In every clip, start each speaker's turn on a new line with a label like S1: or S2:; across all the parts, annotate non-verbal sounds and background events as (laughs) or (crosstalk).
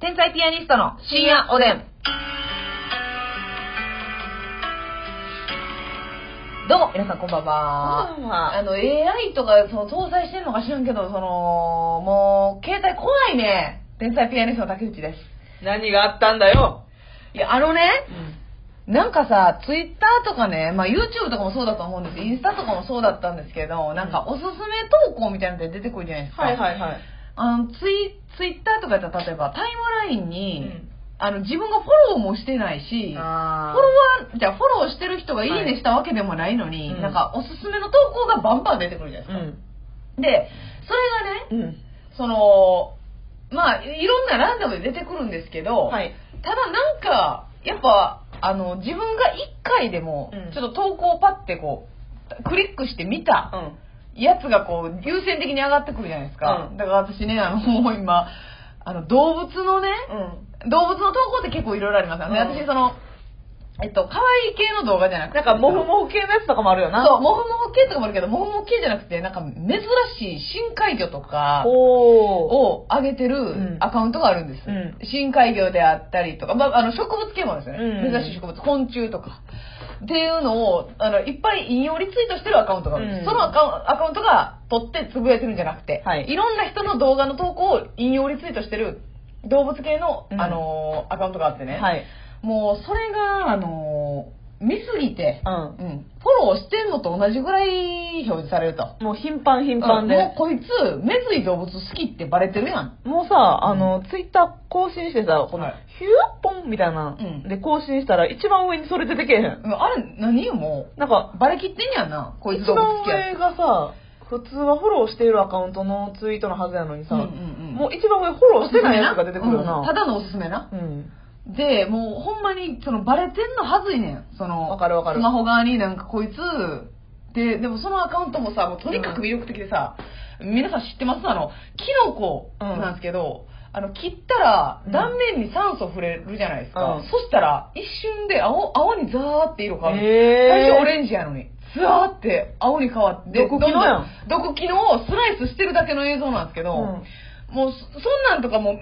S1: 天才ピアニストの深夜おでん。どうも、皆さんこんばんは。
S2: あ
S1: あの、AI とか、その、搭載してるのか知らんけど、その、もう、携帯怖いね。天才ピアニストの竹内です。
S2: 何があったんだよ、
S1: いや、あのね、なんかさ、ツイッターとかね、まあ YouTube とかもそうだと思うんですよ。インスタとかもそうだったんですけど、なんかおすすめ投稿みたいなのって出てくるじゃないですか。
S2: はいはいはい。
S1: あのツイ、ツイッターとかやったら例えばタイムラインに、
S2: うん
S1: あの自分がフォローもしてないし、フォロ
S2: あ
S1: ワー、じゃあフォローしてる人がいいねしたわけでもないのに、
S2: はいうん
S1: なんかおすすめの投稿がバンバン出てくるじゃないですか。で、それがね、
S2: うん。うん。
S1: その、まあ、いろんなランダムで出てくるんですけど、
S2: はい。
S1: ただなんか、やっぱ、あの、自分が1回でも
S2: う、ん
S1: ちょっと投稿をパッてこう、クリックして見た
S2: ん。
S1: やつがこう、優先的に上がってくるじゃないですか。
S2: うん
S1: だから私ね、あの、もう今、あの、動物のね、
S2: う
S1: 動物の投稿って結構いろいろありますよね。
S2: うん
S1: 私、その、えっと、可愛い系の動画じゃなく
S2: ん。
S1: て。
S2: なんか、モフモフ系のやつとかもあるよな。
S1: そう、モフモフ系とかもあるけど、モフモフ系じゃなくて、なんか珍しい深海魚とか、
S2: おお。
S1: を上げて
S2: ん
S1: るアカウントがあるんです、
S2: うん
S1: 深海魚であったりとか、まあ、あの植物系もあるんですよね、
S2: うん
S1: 珍しい植物昆虫とかっていうのをあのいっぱい引用リツイートしてるアカウントがあるんです、
S2: うん
S1: そのアカウンアカウントが取ってつぶやいてるんじゃなくて、
S2: はい
S1: ろんな人の動画の投稿を引用リツイートしてる動物系の、
S2: うん
S1: あのーアカウントがあってね、
S2: はい。
S1: もうそれが、あのー見すぎて、
S2: うん。
S1: うんフォローしてんのと同じぐらい表示されると。
S2: もう頻繁頻繁で。
S1: うんもうこいつ、目つい動物好きってバレてるやん。
S2: もうさ、あの、ツイッター更新してさ、この、
S1: はい
S2: ヒューポンみたいな、
S1: うん
S2: で更新したら一番上にそれ出てけえへん。
S1: うんあれ、何よ、も
S2: なんか、
S1: う。バレきってんやんな、こい
S2: 一
S1: つ動物
S2: 番
S1: 好きや
S2: 上がさ、普通はフォローしているアカウントのツイートのはずやのにさ、
S1: うんうんうん
S2: もう一番上フォローしてないやつが出てくるよ
S1: うんた
S2: な。
S1: だのおすすめな。
S2: うん。
S1: で、もうほんまに、その、バレてんのはずいねん。その、
S2: わかるわかる
S1: スマホ側になんかこいつ、で、でもそのアカウントもさ、もうとにかく魅力的でさ、皆さん知ってますあの、キノコなんですけど、あの、切ったら
S2: うん
S1: 断面に酸素触れるじゃないですか。
S2: うん
S1: そしたら、一瞬で青、青にザーって色変わるんですよ最
S2: え
S1: 初オレンジやのに。ずわーって青に変わって、
S2: 毒キノやん
S1: どんどん毒キノをスライスしてるだけの映像なんですけど、もうそそんなんとかもうみ、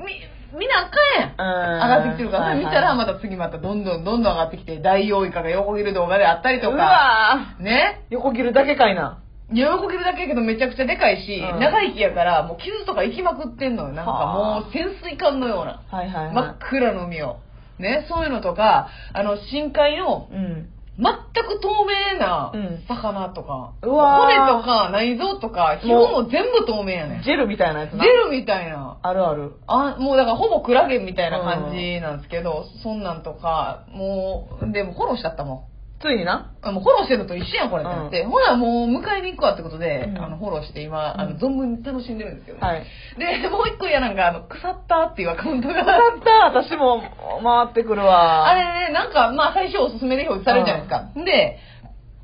S1: 見なあかんやん。上がって
S2: 上
S1: きてるから、それ見たらまた次またどんどんどんどん上がってきて、ダイオウイカが横切る動画であったりと
S2: う
S1: か、
S2: わ
S1: ね。
S2: ー横切るだけかいな。
S1: 横切るだけやけどめちゃくちゃでかいし、
S2: うん
S1: 長生きやからもう傷とか行きまくってんのよ。なんかもう潜水艦のような、
S2: はいはいはい。
S1: 真っ暗の海を。ね、そういうのとか、あの、深海の
S2: うん。
S1: 全く透明な
S2: うん
S1: 魚とか、
S2: うわー
S1: 骨とか内臓とか、皮膚も全部透明やねん。ジ
S2: ジェルみたいなやつ
S1: ェ
S2: な。
S1: ルみたいな。
S2: あるある。
S1: あもうだからほぼクラゲみたいな感じなんですけど、そんなんとか、もう、でもフォローしちゃったもん。
S2: ついにな。
S1: あもうフォローしてるのと一緒やん、これってなって。ほな、もう迎えに行くわってことで、
S2: うん
S1: あの、フォローして今、あの、
S2: うん
S1: 存分に楽しんでるんですけど。
S2: はい。
S1: で、もう一個嫌なんか、あの、腐ったっていうアカウント
S2: (laughs)
S1: が。
S2: だったら私も回ってくるわ。
S1: あれね、なんか、まあ、最初おすすめで表示されるじゃないですか。で、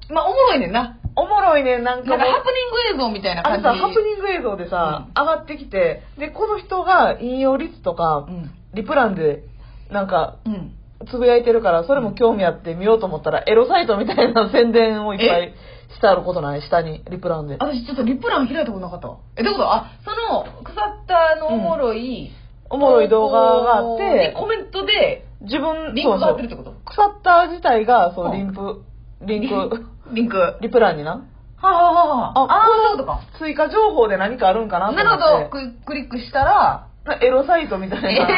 S1: まあ、おもろいねんな。
S2: おもろいね、な
S1: なん
S2: んか
S1: か
S2: もう
S1: ハプニング映像みたいな
S2: あ
S1: 感
S2: れ
S1: じ
S2: さ、ハプニング映像でさ、上がってきて、で、この人が引用率とか、リプランで、なんか、
S1: うん。うん。
S2: つぶやいてるから、それも興味あって見ようと思ったら、エロサイトみたいな宣伝をいっぱいしてあることない下に、リプランで。
S1: 私ちょっとリプラン開いたことなかったわ。え、ってことは、あ、その、腐ったのおもろい、
S2: おもろい動画があっ
S1: で
S2: て、
S1: コメントで、
S2: 自分、
S1: リンクが貼
S2: そう
S1: って
S2: そ
S1: るっ
S2: う
S1: てこと
S2: 腐った自体が、そうの
S1: ん
S2: リンプ、リンク、
S1: リンク。は
S2: (laughs) リプランにな。
S1: あ、はあはあ、あ、そういうことか。
S2: 追加情報で何かあるんかなと思
S1: な
S2: って。
S1: るほど、ククリックしたら、
S2: なエロサイトみたい
S1: え
S2: な。
S1: え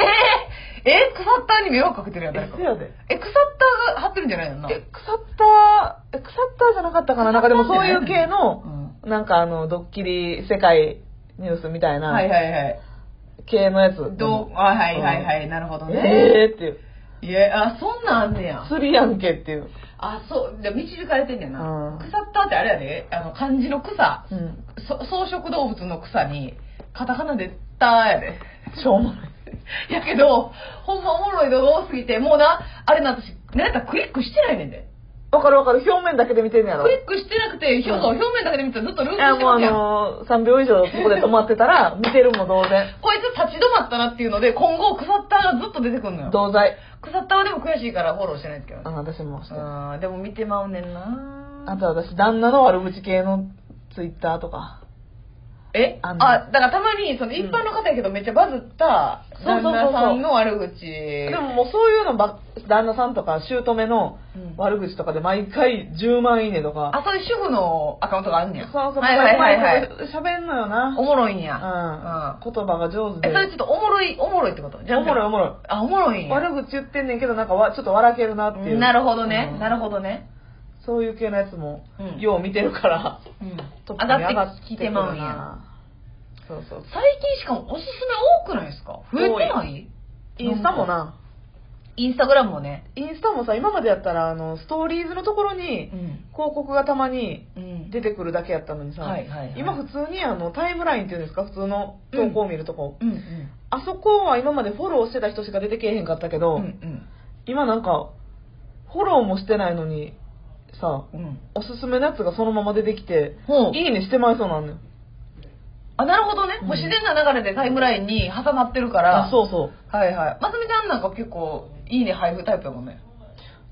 S1: ー、え、腐ったに迷惑かけてるやん、誰か
S2: え。やで。
S1: え、腐ったが貼ってるんじゃないのな。
S2: え、腐った、え腐ったじゃなかったかななんかでもそういう系
S1: う
S2: の、
S1: ん。
S2: なんかあの、ドッキリ世界ニュースみたい
S1: はい
S2: な
S1: はいはい。
S2: 系のやつ。
S1: どう、あ、はいはいはい、なるほどね。
S2: えーっていう。
S1: いや、あ、そんなんあんねや。
S2: 釣りやんけっていう。
S1: あ、そう、じゃあ導かれてんねんな。
S2: うん
S1: 腐ったってあれやで、あの、漢字の草。
S2: うん。
S1: そ草食動物の草に、カタカナで、たーやで。 (laughs)
S2: しょうもない。
S1: やけど、ほんまおもろい動画多すぎて、もうな、あれな、私、なんやったらクリックしてないねんで。
S2: わかるわかる。表面だけで見てんねやろ
S1: ク。リックしてなくて、表,、
S2: うん
S1: 表面だけで見てたらずっとルー
S2: い
S1: プし
S2: や、
S1: て
S2: も
S1: ま
S2: うあ
S1: すやん。
S2: のー、3秒以上そこで止まってたら、見てるも同然。
S1: こいつ立ち止まったなっていうので、今後、腐ったがずっと出てくんのよ。
S2: 同罪。
S1: 腐ったはでも悔しいからフォローしてないんですけど
S2: あ、
S1: ね。
S2: 私もしてる。
S1: うん、でも見てまうねんな
S2: あと私、旦那の悪口系のツイッターとか。
S1: ええ
S2: あ
S1: あ
S2: の
S1: だからたまにその一般の方やけどめっちゃバズった
S2: そう
S1: 旦
S2: そうそうそ
S1: 那
S2: う
S1: さんの悪口
S2: でももうそういうのば旦那さんとか姑の
S1: うん
S2: 悪口とかで毎回10万いいねとか、
S1: あそういう主婦のアカウントがあるんねや
S2: そうそう、
S1: はいはいはいはい
S2: 喋んのよな。
S1: おもろいん
S2: う
S1: や
S2: ん。言葉が上手
S1: え
S2: で。
S1: それちょっとおもろいおもろいってことじゃ
S2: おもろいお
S1: い
S2: もろ
S1: あおもろいん
S2: い。
S1: や
S2: 悪口言ってんねんけど、なんかわちょっと笑けるなっていう。
S1: なるほどね、
S2: うん
S1: なるほどね、
S2: そういう系のやつも、
S1: うん
S2: よう見てるから、
S1: 上がってきてまうんや。
S2: そうそう。
S1: 最近しかもおすすめ多くないですか増えてない
S2: インスタもな、
S1: インスタグラムもね
S2: インスタもさ、今までやったら、あの、ストーリーズのところに、
S1: ん、
S2: 広告がたまに
S1: うん、
S2: 出てくるだけやったのにさ、
S1: はいはいはい
S2: 今普通にあのタイムラインっていうんですか普通の投稿を見るとこ、
S1: うんうん
S2: あそこは今までフォローしてた人しか出てけえへんかったけど、
S1: うんうん
S2: 今なんかフォローもしてないのにさ
S1: うん
S2: おすすめのやつがそのまま出てきて、
S1: ほう
S2: いいねしてまいそうなんのよ
S1: あなるほどね、
S2: うん
S1: もう自然な流れでタイムラインに挟まってるから
S2: あそうそう
S1: はいはいまつみちゃんなんか結構いいね配布タイプやもんね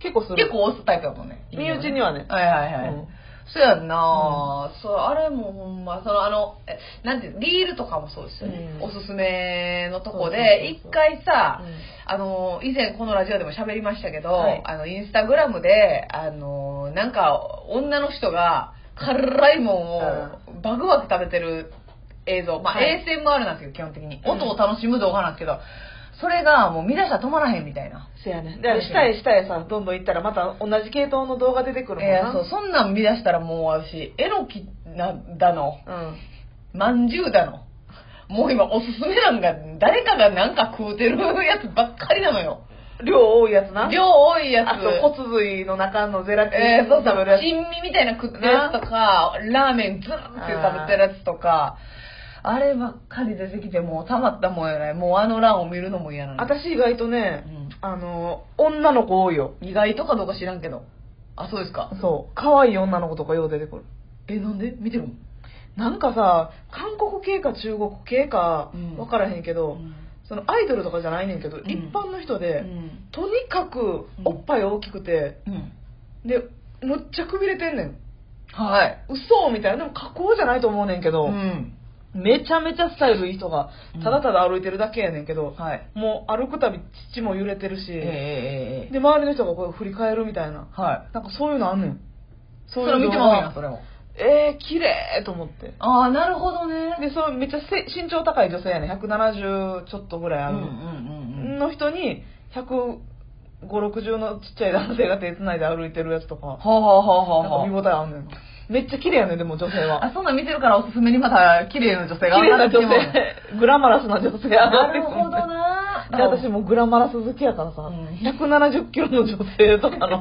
S2: 結構する
S1: 結構押すタイプやもんね
S2: 身内にはね
S1: はいはいはい、
S2: うん
S1: そうやんなあ、そうあれもほんまそのあのえなんていうのリールとかもそうですよね、
S2: うん
S1: おすすめのとこ
S2: そう
S1: で
S2: そうそうそう
S1: 一回さ、
S2: うん
S1: あの以前このラジオでも喋りましたけど、
S2: はい
S1: あのインスタグラムであのなんか女の人が辛いもんをバグバグ食べてる映像、まあ、
S2: はい
S1: ASMR なんですけど基本的に
S2: うん
S1: 音を楽しむ動画なんですけど、それがもう見出したら止まらへんみたいな。
S2: せやねだから下へ下へさどんどん行ったらまた同じ系統の動画出てくるもんな、
S1: えー、そうそんなん見出したらもう私エノキなだの
S2: うん
S1: まんじゅうだのもう今おすすめなんか誰かがなんか食うてるやつばっかりなのよ
S2: 量多いやつな
S1: 量多いやつ
S2: あと骨髄の中のゼラチン
S1: えー、そうそう
S2: 食べるやつ
S1: 珍味みたいな食ってるやつとかラーメンずーって食べてるやつとかあればっかり出てきてもうたまったもんやないもうあの欄を見るのも嫌なの
S2: 私意外とね、
S1: うん
S2: あの女の子多いよ
S1: 意外とかどうか知らんけどあそうですか
S2: そう可愛い女の子とかよう出てくる
S1: えなんで見てるの
S2: なんかさ韓国系か中国系か
S1: うん
S2: 分からへんけど、そのアイドルとかじゃないねんけど、
S1: ん
S2: 一般の人で、
S1: うん
S2: とにかくおっぱい大きくて、
S1: うん
S2: でむっちゃくびれてんねん
S1: はい
S2: 嘘みたいなでも加工じゃないと思うねんけど、
S1: うん
S2: めちゃめちゃスタイルいい人が
S1: うん
S2: ただただ歩いてるだけやねんけど、
S1: はい。
S2: もう歩くたび父も揺れてるし、
S1: えええええ
S2: で周りの人がこう振り返るみたいな
S1: えはい。
S2: なんかそういうのあんねん
S1: そうれ
S2: いう
S1: 見て
S2: 動
S1: ま
S2: 画
S1: すやん、それも。
S2: えー、綺麗と思って
S1: ああ、なるほどね。
S2: でそうめっちゃせ身長高い女性やね170ちょっとぐらいあ
S1: う
S2: る、
S1: んうんうん。
S2: の人に15060のちっちゃい男性が手つないで歩いてるやつとか
S1: はあはあはあ
S2: なん
S1: は
S2: か
S1: あ
S2: 見
S1: は
S2: 応えあんねんめっちゃ綺麗やねんでも女性
S1: あ。
S2: は
S1: あ、そんなん見てるからおすすめにまた綺麗な女性
S2: 綺
S1: が。
S2: 麗な女性グラマラスな女
S1: (laughs)
S2: 性上が
S1: な
S2: って
S1: る
S2: く
S1: ほど
S2: んねん
S1: な。
S2: で私もうグラマラス好きやからさ、
S1: うん
S2: 170キロの女性とか (laughs) の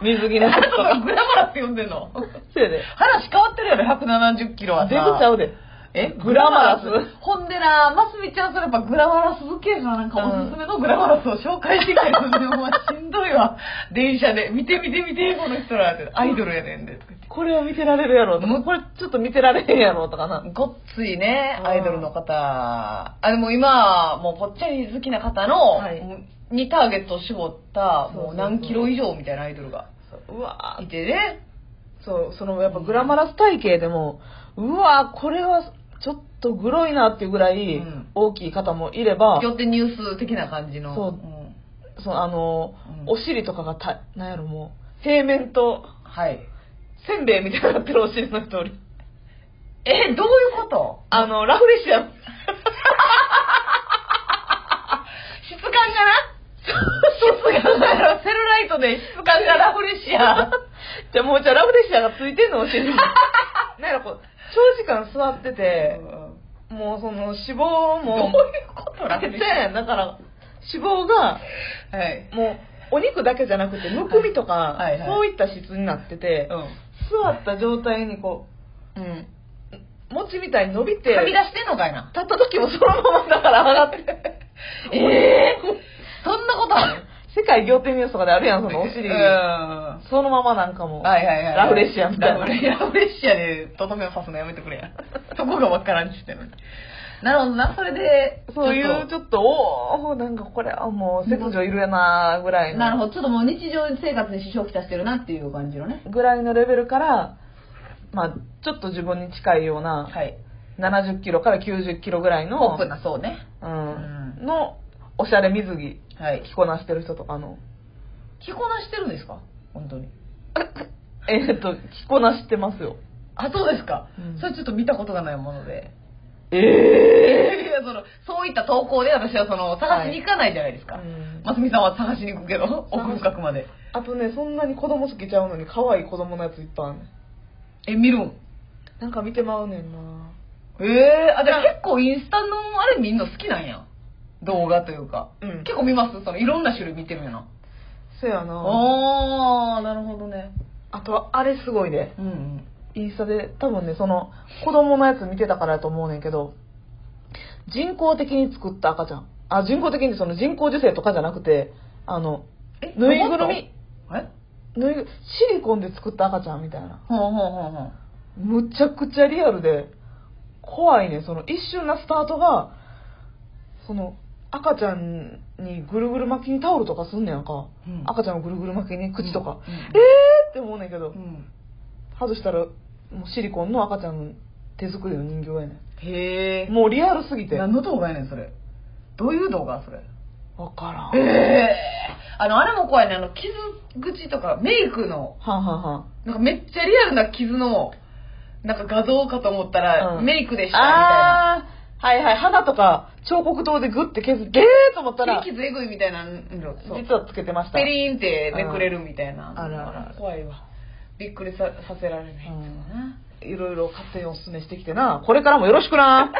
S2: 水着のやつとか
S1: グラマラって呼んでんの
S2: せやで
S1: 話変わってるやろ、170キロはさ。
S2: デブちゃうで
S1: え
S2: グラマラス
S1: ほんでな、ますみちゃんそれやっぱグラマラス好きやからなんかおすすめのグラマラスを紹介してくれるのもうしんどいわ。電車で、見て見て見て、この人らって、アイドルやねんでって。
S2: これは見てられるやろとか、
S1: うん
S2: これちょっと見てられへんやろとかな
S1: ごっついね、
S2: うん
S1: アイドルの方。あ、でも今、もうぽっちゃり好きな方の、
S2: はい
S1: にターゲットを絞った、
S2: そうそうそう
S1: もう何キロ以上みたいなアイドルが
S2: うわ
S1: いてね。
S2: そうそのやっぱグラマラス体型でもうわこれはちょっとグロいなっていうぐら
S1: う
S2: い
S1: ん
S2: 大きい方もいれば、
S1: よってニュース的な感じの。
S2: そうんそのあの、
S1: うん
S2: お尻とかがたなんやろもう平面と
S1: はい。
S2: せんべいみたいになってるお尻の人おり
S1: え、どういうこと
S2: あのラフレシア
S1: 質感がな質感がなセルライトで質感がラフレ (laughs) シア。
S2: じゃあもうじゃあラフレシアがついてんのお
S1: (laughs)
S2: 尻になんやろこう長時間座ってて、もうその脂肪
S1: どうい
S2: も
S1: うこと
S2: だ
S1: ラ
S2: け
S1: フ
S2: ち
S1: レ
S2: ゃ
S1: シ
S2: うやんだから脂肪が
S1: ア。はい。
S2: もうお肉だけじゃなくてむくみとか、
S1: はいはいはい
S2: そういった質になってて、
S1: う
S2: 座った状態にこ
S1: ん。うん。
S2: う餅みたいに伸びて
S1: はみ出
S2: 立
S1: してんのかいな。
S2: った時もそのままだから上がって
S1: (laughs) ええそんなことある
S2: 世界仰天ニュースとかであるやんそのお尻、
S1: うん。は
S2: そのままなんかも、
S1: いはいはい。
S2: ラフレシアみたい
S1: ラ
S2: な
S1: フレラフレシアでとどめを刺すのやめてくれや。 (laughs) そこがわからんにしてるのに。なるほどな、それで、
S2: そういう
S1: ち
S2: ち
S1: ょっ
S2: ょっとおおなんかこれはもう切除いるやなぐらい
S1: と、なる
S2: の
S1: ほど、ちょっともう日常生活に支障をきたしてるなっていう感じのね。
S2: ぐらいのレベルからまあちょっと自分に近いような
S1: はい。
S2: 70キロから90キロぐらい
S1: ポ
S2: の
S1: ッ、プな、そうね。
S2: うん
S1: う
S2: のおしゃれ水着
S1: はい。
S2: 着こなしてる人とかの、
S1: 着こなしてるんですか本当に。
S2: えーっと、着こなしてますよ。
S1: あ、そうですか、
S2: うん
S1: それちょっと見たことがないもので。い
S2: え
S1: (laughs) やいやそのそういった投稿で私はその探しに行かないじゃないですか。
S2: うん
S1: ますみさんは探しに行くけど、
S2: 探し
S1: 奥深くまで。
S2: あとね、そんなに子供好きちゃうのに可愛い子供のやついっぱいあんねん
S1: え、見るん
S2: なんか見てまうねんな
S1: ええあ、じゃあ結構インスタのあれみんな好きなんや。動画というか。
S2: うん
S1: 結構見ますそのいろんな種類見てるんやな。
S2: そやな
S1: あー、なるほどね。
S2: あとはあれすごいね。
S1: うんうん。
S2: インスタで多分ね、その子供のやつ見てたからやと思うねんけど、人工的に作った赤ちゃん。あ、人工的にその人工授精とかじゃなくて、あの、
S1: え
S2: ぬいぐるみ、
S1: え
S2: ぬいぐシリコンで作った赤ちゃんみたいな。
S1: ほうほうほうほう。
S2: むちゃくちゃリアルで、怖いね。その一瞬なスタートが、その、赤ちゃんにぐるぐる巻きにタオルとかすんねやんか。
S1: うん
S2: 赤ちゃんをぐるぐる巻きに口とか。
S1: うんうん
S2: えーって思うねんけど、
S1: うん。
S2: 外したら、もうシリコンの赤ちゃんの手作りの人形やね
S1: へえ
S2: ん。。もうリアルすぎて。わ
S1: 何の動画やねん、それ。どういう動画それ。
S2: からん。
S1: ええあの、あれも怖いね。あの、傷口とか、メイクの、
S2: はんはんはん。
S1: なんかめっちゃリアルな傷の、なんか画像かと思ったら、
S2: うん
S1: メイクでした、みたいな。
S2: あー、はいはい。花とか彫刻刀でグッて削って、えーと思ったら、
S1: 切り傷えぐいみたいなの、そう
S2: 実はつけてました。
S1: ペリーンってめくれるみたいな。
S2: あるあるある
S1: 怖いわ。びっくりささせられない。
S2: うんいろいろ勝手におすすめしてきてな。これからもよろしくな。